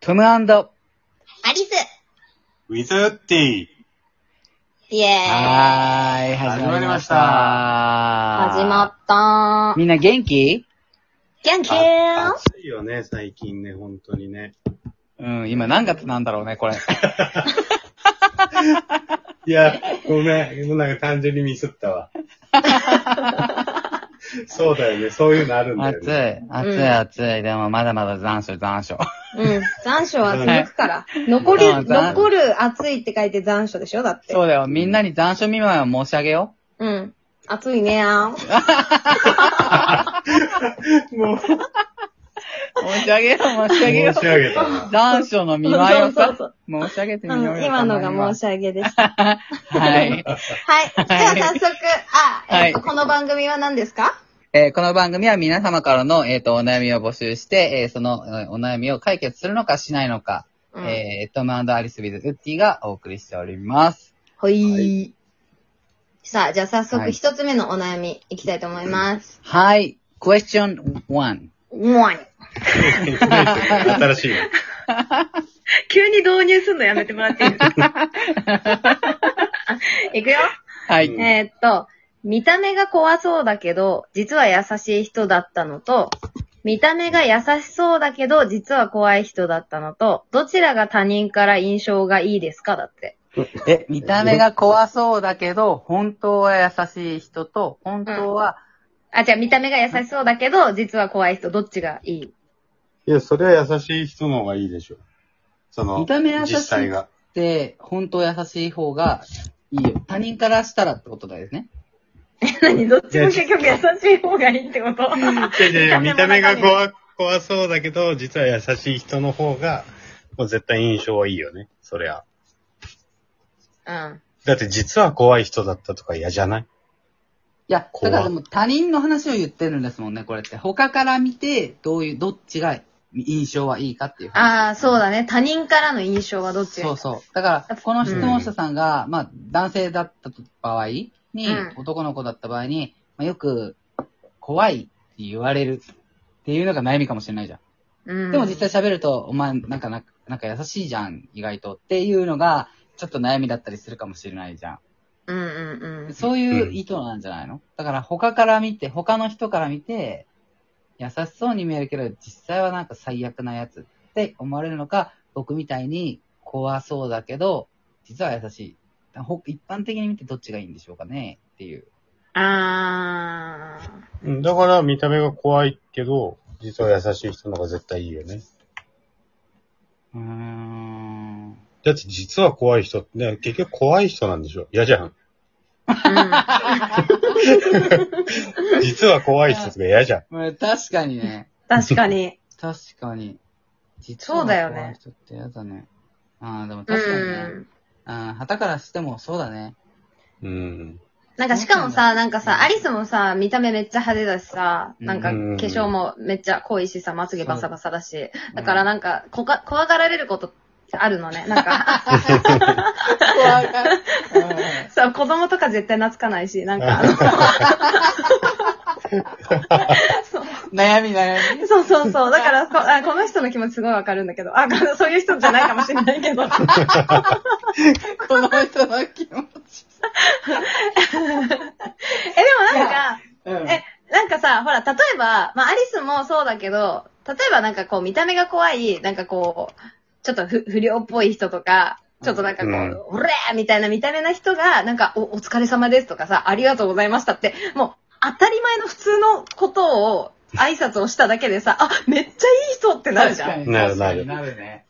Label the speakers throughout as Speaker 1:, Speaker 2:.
Speaker 1: トムア
Speaker 2: アリス
Speaker 3: ウィズティー。
Speaker 2: イエーイ
Speaker 1: はーい、始まりました。
Speaker 2: 始
Speaker 1: 始
Speaker 2: まったー。
Speaker 1: みんな元気
Speaker 2: キャンキャ
Speaker 3: あ
Speaker 2: ン
Speaker 3: 暑いよね、最近ね、本当にね。
Speaker 1: うん、今何月なんだろうね、これ。
Speaker 3: いや、ごめん。もうなんか単純にミスった わ。そうだよね、そういうのあるんだよ
Speaker 1: 暑い
Speaker 3: ね。、
Speaker 1: 暑い、暑い。でもまだまだ残暑、残暑。
Speaker 2: うん。残暑は続くから。残
Speaker 1: う
Speaker 2: る、
Speaker 1: ん残
Speaker 2: 残る暑いって書いて残暑でしょだって。
Speaker 1: そうだよ、みんなに残暑見舞いを申し上げよ
Speaker 2: うん。暑いねー。
Speaker 3: もう、
Speaker 1: う。申し上げよう、申し上げよ
Speaker 3: 申し上げた
Speaker 1: う。
Speaker 3: な。
Speaker 1: 残暑の見舞い を
Speaker 2: そう
Speaker 1: さ
Speaker 2: そ、
Speaker 1: 申し上げて
Speaker 2: う
Speaker 1: みようんよ。
Speaker 2: 今のが申
Speaker 1: し
Speaker 2: し上げでした。
Speaker 1: はい。
Speaker 2: はい。では早速、あ、えっと、
Speaker 1: はい
Speaker 2: この番組は何ですか
Speaker 1: えーこの番組は皆様からの、えっ、と、お悩みを募集して、えーそのえーお悩みを解決するのかしないのか、
Speaker 2: うん
Speaker 1: えートムアリス・ウィズ・ウッディがお送りしております。
Speaker 2: ほいー。さあ、じゃあ早
Speaker 1: は
Speaker 2: 速
Speaker 1: い
Speaker 2: 一つ目のお悩みいきたいと思います。
Speaker 1: はい、question one.
Speaker 2: もう
Speaker 3: 新しいよ。
Speaker 2: 急に導入すんのやめてもらっていいですか いくよ。
Speaker 1: はい。
Speaker 3: うん
Speaker 2: えーっと、見た目が怖そうだけど、実は優しい人だったのと、見た目が優しそうだけど、実は怖い人だったのと、どちらが他人から印象がいいですかだって。
Speaker 1: え、見た目が怖そうだけど、本当は優しい人と、本当は、
Speaker 2: あ、じゃあ見た目が優しそうだけど、実は怖い人、どっちがいい
Speaker 3: いや、それは優しい人の方がいいでしょ。その、
Speaker 1: 見た目優しい
Speaker 3: 実際が。
Speaker 1: で、本当優しい方がいいよ。他人からしたらってことだよね。
Speaker 2: 何どっ
Speaker 3: ちも結
Speaker 2: 局優しい方がいいってこと
Speaker 3: いやいやいや、見
Speaker 2: 見た
Speaker 3: た
Speaker 2: 目
Speaker 3: 目
Speaker 2: が
Speaker 3: が
Speaker 2: 怖
Speaker 3: 怖、怖そうだけど、実は優しい人の方が、もう絶対印象はいいよね、そりゃ。
Speaker 2: うん。
Speaker 3: だって実は怖い人だったとか嫌じゃない
Speaker 1: いや、だ
Speaker 3: 怖
Speaker 1: からでも他人の話を言ってるんですもんね、これって。他から見て、どういう、どっちが印象はいいかっていう話。
Speaker 2: ああ、そうだね。他人からの印象はどっちがいい
Speaker 1: そうそう。だから、この質問者さんが、まあ、男性だった場合に、
Speaker 2: うん
Speaker 1: 男の子だった場合に、まあ、よく、怖いって言われるっていうのが悩みかもしれないじゃん。
Speaker 2: うん
Speaker 1: でも実際喋ると、お前、なんか、なんかなんか優しいじゃん、意外と。っていうのが、ちょっと悩みだったりするかもしれないじゃ
Speaker 2: うんうんうん
Speaker 1: ん。。そういう意図なんじゃないの、だから、他から見て、他の人から見て、優しそうに見えるけど、実際はなんか最悪なやつって思われるのか、僕みたいに怖そうだけど、実は優しい。ほ一般的に見てどっちがいいんでしょうかねっていう。
Speaker 2: ああ。
Speaker 3: うんだから見た目が怖いけど、実は優しい人の方が絶対いいよね。
Speaker 1: うーん。
Speaker 3: だって実は怖い人って、ね、結局怖い人なんでしょ嫌じゃん。
Speaker 2: うん
Speaker 3: 実は怖い人とか嫌じゃん。
Speaker 1: まあ確かにね。
Speaker 2: 確かに。
Speaker 1: 確かに。実
Speaker 2: そうだよね
Speaker 1: 実は怖い人って嫌だね。ああ、でも
Speaker 2: う
Speaker 1: 確かにね。
Speaker 2: ん。
Speaker 1: うん、旗からしてもそうだね。
Speaker 3: うん。
Speaker 2: なんかしかもさ、なんかさ、アリスもさ、見た目めっちゃ派手だしさ、なんか
Speaker 3: う
Speaker 2: 化
Speaker 3: ん
Speaker 2: 粧もめっちゃ濃いしさ、まつげバサバサだし、だから
Speaker 1: な、
Speaker 2: なんか、こか、怖がられることある のね。なん か、
Speaker 1: 怖がる。
Speaker 2: さ、子供とか絶対懐かないし、なんかあの、
Speaker 1: うん悩み悩み。
Speaker 2: そうそうそう。だからこあ、この人の気持ちすごいわかるんだけど、あ、このそういう人じゃないかもしれない けど、
Speaker 1: この人の気持ち。
Speaker 2: え、でもなんか、
Speaker 1: うん
Speaker 2: えなんかさ、ほら、例えば、まあ、アリスもそうだけど、例えばなんかこう、見た目が怖い、なんかこう、ちょっとふ不良っぽい人とか、ちょっとなんかこう、
Speaker 3: うん
Speaker 2: おれーみたいな見た目な人が、なんか、お、お疲れ様ですとかさ、ありがとうございましたって、もう、当たり前の普通のことを、挨拶をしただけでさ、あ、めっちゃいい人ってなるじゃん。
Speaker 1: 確かに
Speaker 3: なるな
Speaker 1: 確
Speaker 3: る
Speaker 1: かになるね。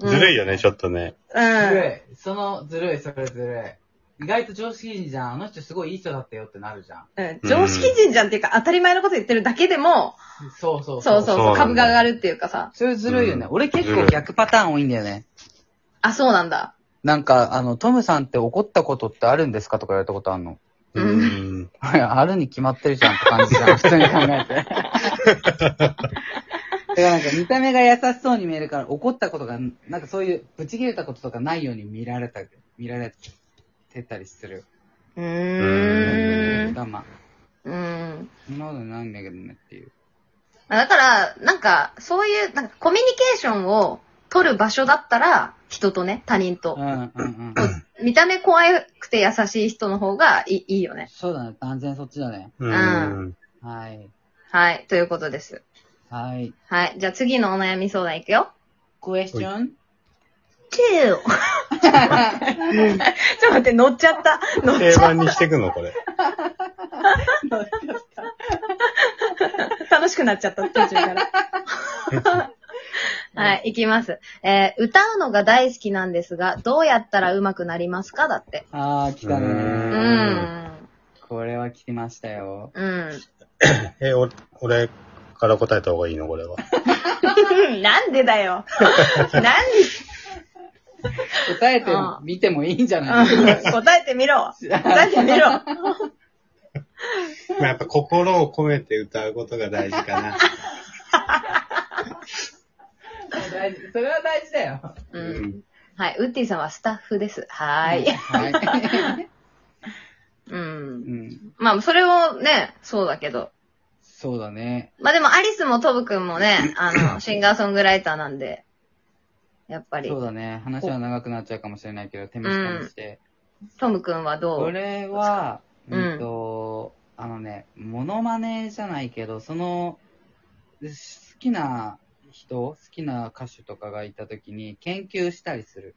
Speaker 2: うん
Speaker 3: ずるいよね、ちょっとね。
Speaker 1: ず
Speaker 2: うん。
Speaker 1: るい。そのずるい、それずるい。意外と常識人じゃん。あの人すごいいい人だったよってなるじゃん。
Speaker 2: うん、常識人じゃんっていうか、当たり前のこと言ってるだけでも、
Speaker 1: そうそう
Speaker 2: そうそう
Speaker 3: そう
Speaker 2: そ
Speaker 3: な
Speaker 2: う、
Speaker 3: んだ
Speaker 2: 株が上がるっていうかさ、
Speaker 1: それずるいよね。
Speaker 3: うん
Speaker 1: 俺結構逆パターン多いんだよね。
Speaker 2: あ、そうなんだ。
Speaker 1: なんか、あの、トムさんって怒ったことってあるんですかとか言われたことあるの。
Speaker 2: う
Speaker 3: うんん。
Speaker 1: いや あるに決まってるじゃんって感じ じゃん、普通に考えて。だからなんか見た目が優しそうに見えるから怒ったことが、なんかそういうブチ切れたこととかないように見られた、見られてたりする。
Speaker 2: うーん。
Speaker 1: 我慢。
Speaker 2: うん。
Speaker 1: そんなことないんだけどねっていう。
Speaker 2: まあだから、なんか、そういう、なんか、コミュニケーションを取る場所だったら、人とね、他人と
Speaker 1: う。んうんうん。
Speaker 2: 見た目怖くて優しい人の方がいいいいよね。
Speaker 1: そうだね。断然そっちだね。
Speaker 3: うんん。
Speaker 1: はい。
Speaker 2: はい、ということです。
Speaker 1: はい。
Speaker 2: はい、じゃあ次のお悩み相談いくよ。
Speaker 1: クエスチョン
Speaker 2: チ ューちょっと待って、乗っちゃった。乗っちゃ
Speaker 3: 定
Speaker 2: っ
Speaker 3: 番にしてくの、これ。
Speaker 2: た。楽しくなっちゃった、途中から。はい、いきます。えー歌うのが大好きなんですが、どうやったら上手くなりますかだって。
Speaker 1: あー、来た
Speaker 2: う
Speaker 1: ね。
Speaker 3: う
Speaker 2: ん
Speaker 3: ん。
Speaker 1: これは来ましたよ。
Speaker 2: うん。
Speaker 3: え、お俺から答えた方がいいの、これは。
Speaker 2: なんでだよ。なんで
Speaker 1: 答えて
Speaker 2: あー
Speaker 1: みてもいいんじゃない
Speaker 2: 答えてみろ。答えてみろ。
Speaker 3: まあやっぱ心を込めて歌うことが大事 かな。
Speaker 1: 大事それは大事だよ。
Speaker 2: うん。はい。ウッディさんはスタッフです。はーい。
Speaker 1: はい。
Speaker 2: う。
Speaker 1: うんん。
Speaker 2: まあ、それをね、そうだけど。
Speaker 1: そうだね。
Speaker 2: まあでも、アリスもトブくんもね、あ の、シンガーソングライターなんで、やっぱり
Speaker 1: そ、うだね。話は長くなっちゃうかもしれないけど、手短にして。
Speaker 2: トムくんはど
Speaker 1: こ
Speaker 2: う
Speaker 1: れは、
Speaker 2: う
Speaker 1: うんんと、あのね、モノマネじゃないけど、その、好きな人、好きな歌手とかがいたときに研究したりする。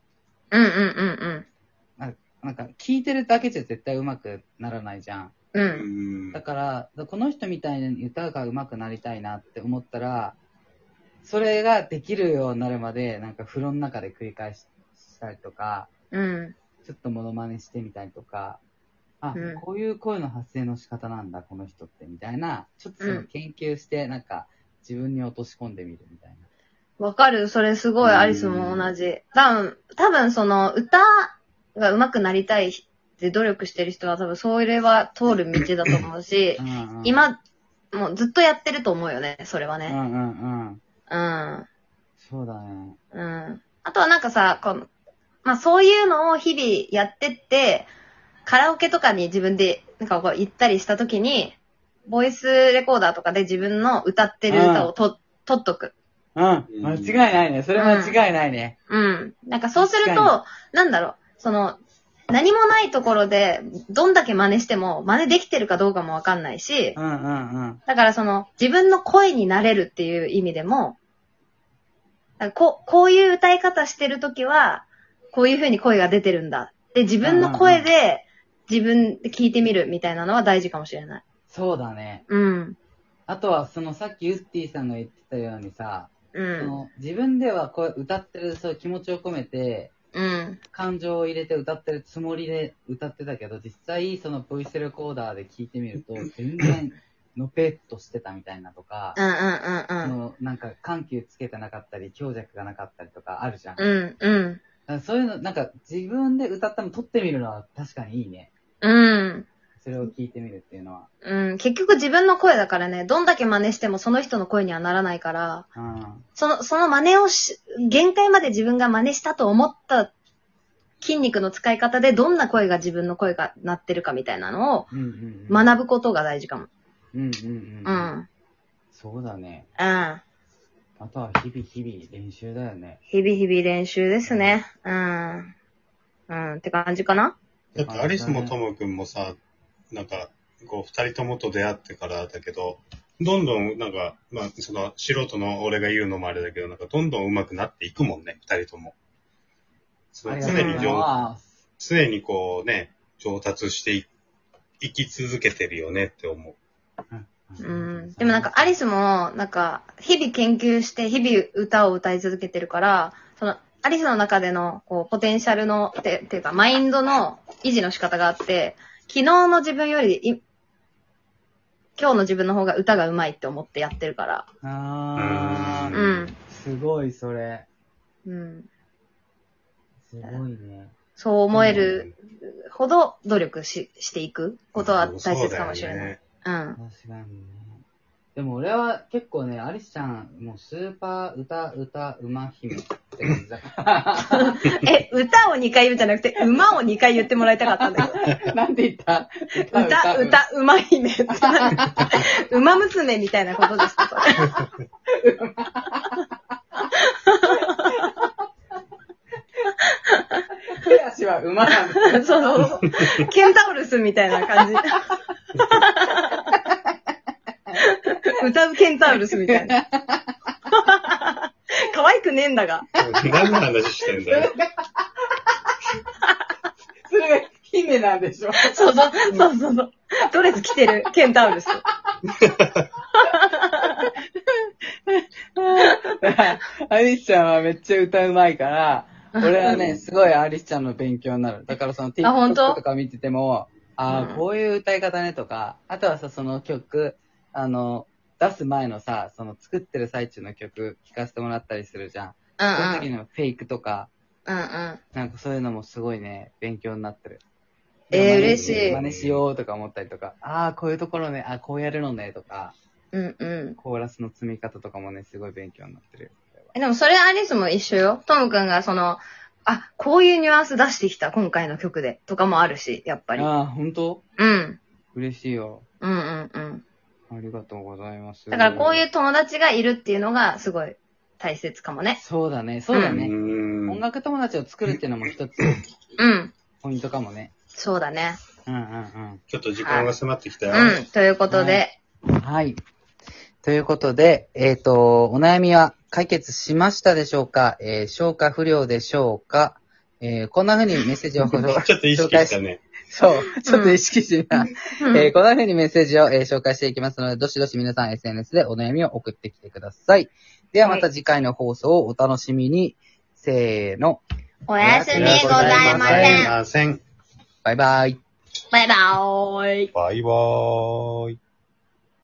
Speaker 2: うんうんうん
Speaker 1: なんか、聞いてるだけじゃ絶対上手くならないじゃん。
Speaker 2: うん。う。
Speaker 3: うんん
Speaker 1: だから、この人みたいに歌が上手くなりたいなって思ったら、それができるようになるまで、なんか風呂の中で繰り返ししたりとか、
Speaker 2: うん。
Speaker 1: ちょっとモノマネしてみたりとか、あ、
Speaker 2: うん
Speaker 1: こういう声の発声の仕方なんだ、この人って、みたいな、ちょっとその研究して、なんか、自分に落とし込んでみるみたいな。
Speaker 2: わかるそれすごい、アリスも同じ。多分、多分その、歌が上手くなりたいって努力してる人は多分、それは通る道だと思うし、
Speaker 1: うんうん、
Speaker 2: 今、もうずっとやってると思うよね、それは
Speaker 1: う
Speaker 2: ね。
Speaker 1: んうんうん。
Speaker 2: うん。
Speaker 1: そうだね。
Speaker 2: うん。あとはなんかさ、この、まあそういうのを日々やってって、カラオケとかに自分で、なんかこう行ったりした時に、ボイスレコーダーとかで自分の歌ってる歌をと、撮っとく。
Speaker 1: うん。間違いないね。それ間違いないね。
Speaker 2: うん。なんかそうする
Speaker 1: 確か
Speaker 2: と、なんだろう、その、何もないところで、どんだけ真似しても、真似できてるかどうかもわかんないし
Speaker 1: う、んうんうん。
Speaker 2: だからその、自分の声になれるっていう意味でも、なんかこう、こういう歌い方してるときは、こういう風に声が出てるんだ。で、自分の声で、自分で聞いてみるみたいなのは大事かもしれない。
Speaker 1: そうだね。
Speaker 2: うん。
Speaker 1: あとは、そのさっきウッディさんが言ってたようにさ、
Speaker 2: う
Speaker 1: そ
Speaker 2: ん。
Speaker 1: の自分ではこう歌ってる、そういう気持ちを込めて、
Speaker 2: うん。
Speaker 1: 感情を入れて歌ってるつもりで歌ってたけど、実際そのボイスレコーダーで聞いてみると、全然のぺっとしてたみたいなとか
Speaker 2: うんう、んう
Speaker 1: そ
Speaker 2: ん
Speaker 1: のなんか緩急つけてなかったり、強弱がなかったりとかあるじゃん。だか
Speaker 2: うん。うんうん。
Speaker 1: らそういうの、なんか自分で歌ったの撮ってみるのは確かにいいね。
Speaker 2: うん。
Speaker 1: それを聞いてみるっていうのは。
Speaker 2: うん。結局自分の声だからね、どんだけ真似してもその人の声にはならないから、
Speaker 1: うん。
Speaker 2: その、その真似をし、限界まで自分が真似したと思った筋肉の使い方でどんな声が自分の声がなってるかみたいなのを
Speaker 1: うんうん、うん。
Speaker 2: 学ぶことが大事かも。
Speaker 1: ぶ。うんうん
Speaker 2: う。
Speaker 1: うんん。
Speaker 2: うん。
Speaker 1: そうだね。あとは日々日々練習だよね。
Speaker 2: 日々日々練習ですね。うん。うん。って感じかな
Speaker 3: だってアリスもトム君もさ、なんか、こう、二人ともと出会ってからだけど、どんどん、なんか、まあ、その、素人の俺が言うのもあれだけど、なんか、どんどん上手くなっていくもんね、二人とも。そ
Speaker 1: あ
Speaker 3: の
Speaker 1: りがとう
Speaker 3: 常
Speaker 1: ご
Speaker 3: に
Speaker 1: ざい
Speaker 3: 上、
Speaker 1: ます。
Speaker 3: 常にこうね、上達してい、生き続けてるよねって思う。
Speaker 2: うん。でもなんかアリスも、なんか、日々研究して、日々歌を歌い続けてるから、その、アリスの中での、こう、ポテンシャルの、て、ていうか、マインドの維持の仕方があって、昨日の自分より、い今日の自分の方が歌が上手いって思ってやってるから。
Speaker 1: あ
Speaker 2: う
Speaker 1: ー、
Speaker 2: ん。
Speaker 1: すごいそれ。
Speaker 2: うん。
Speaker 1: すごいね。
Speaker 2: そう思えるほど努力し、していくことは大切かもしれない。うん。
Speaker 1: 確かにね。でも俺は結構ね、アリスちゃん、もうスーパー歌歌馬 姫って感じだか
Speaker 2: え、歌を2回言うんじゃなくて、馬を2回言ってもらいたかったんだけど。
Speaker 1: ら。なんて言った
Speaker 2: 歌、。歌、馬姫って。 馬娘 みたいなことですかそれ
Speaker 1: から馬なんだ。
Speaker 2: そうそうそう。ケンタウルスみたいな感じ。歌うケンタウルスみたい な。可愛くねえんだが。
Speaker 3: 何の話してんだよ。
Speaker 1: それが姫なんでしょ。
Speaker 2: そうそう、そうそうそう。ドレス着てるケンタウルス。
Speaker 1: アリスちゃんはめっちゃ歌うまいから、俺はね、すごいアリスちゃんの勉強になる。だからその
Speaker 2: あ本当
Speaker 1: TikTok とか見てても、ああ、
Speaker 2: うん
Speaker 1: こういう歌い方ねとか、あとはさ、その曲、あの、出す前のさ、その作ってる最中の曲聴かせてもらったりするじゃん。
Speaker 2: うんう
Speaker 1: その時
Speaker 2: ん。
Speaker 1: のフェイクとか、
Speaker 2: うんうん。
Speaker 1: なんかそういうのもすごいね、勉強になってる。
Speaker 2: えー
Speaker 1: 真似
Speaker 2: 嬉しい
Speaker 1: 真似しようとか思ったりとか、ああ、こういうところね、あこうやるのね、とか、
Speaker 2: うんうん。
Speaker 1: コーラスの積み方とかもね、すごい勉強になってるよ。
Speaker 2: えでもそれアリスも一緒よ。トムくんがその、あ、こういうニュアンス出してきた、今回の曲で。とかもあるし、やっぱり。うん。
Speaker 1: ああ、本当
Speaker 2: うん
Speaker 1: 嬉しいよ。
Speaker 2: うんうん。
Speaker 1: ありがとうございます。
Speaker 2: だからこういう友達がいるっていうのがすごい大切かもね。
Speaker 1: そうだね、そうだ
Speaker 3: う
Speaker 1: ね。
Speaker 3: ーん
Speaker 1: 音楽友達を作るっていうのも 一つ
Speaker 2: うん。
Speaker 1: ポイントかもね。
Speaker 2: そうだね。
Speaker 1: うんうん
Speaker 3: ちょっと時間が迫ってきたよ。
Speaker 2: うん。ということで。
Speaker 1: うん。はい。ということで、えっ、と、お悩みは解決しましたでしょうかえー消化不良でしょうかえーこんな風にメッセージを
Speaker 3: ちょっと意識したね。
Speaker 1: そう、ちょっと意識しな。
Speaker 2: うん
Speaker 1: えーこんな風にメッセージを、えー紹介していきますので、どしどし皆さん SNS でお悩みを送ってきてください。ではまた次回の放送をお楽しみに。せーの、
Speaker 2: おやすみご
Speaker 1: おや
Speaker 2: ざ
Speaker 1: す
Speaker 2: い
Speaker 1: みご
Speaker 2: ま
Speaker 1: ざ
Speaker 2: せん。
Speaker 1: い
Speaker 3: ません。
Speaker 1: バイバイ。
Speaker 2: バイバーイ。
Speaker 3: バイバーイ。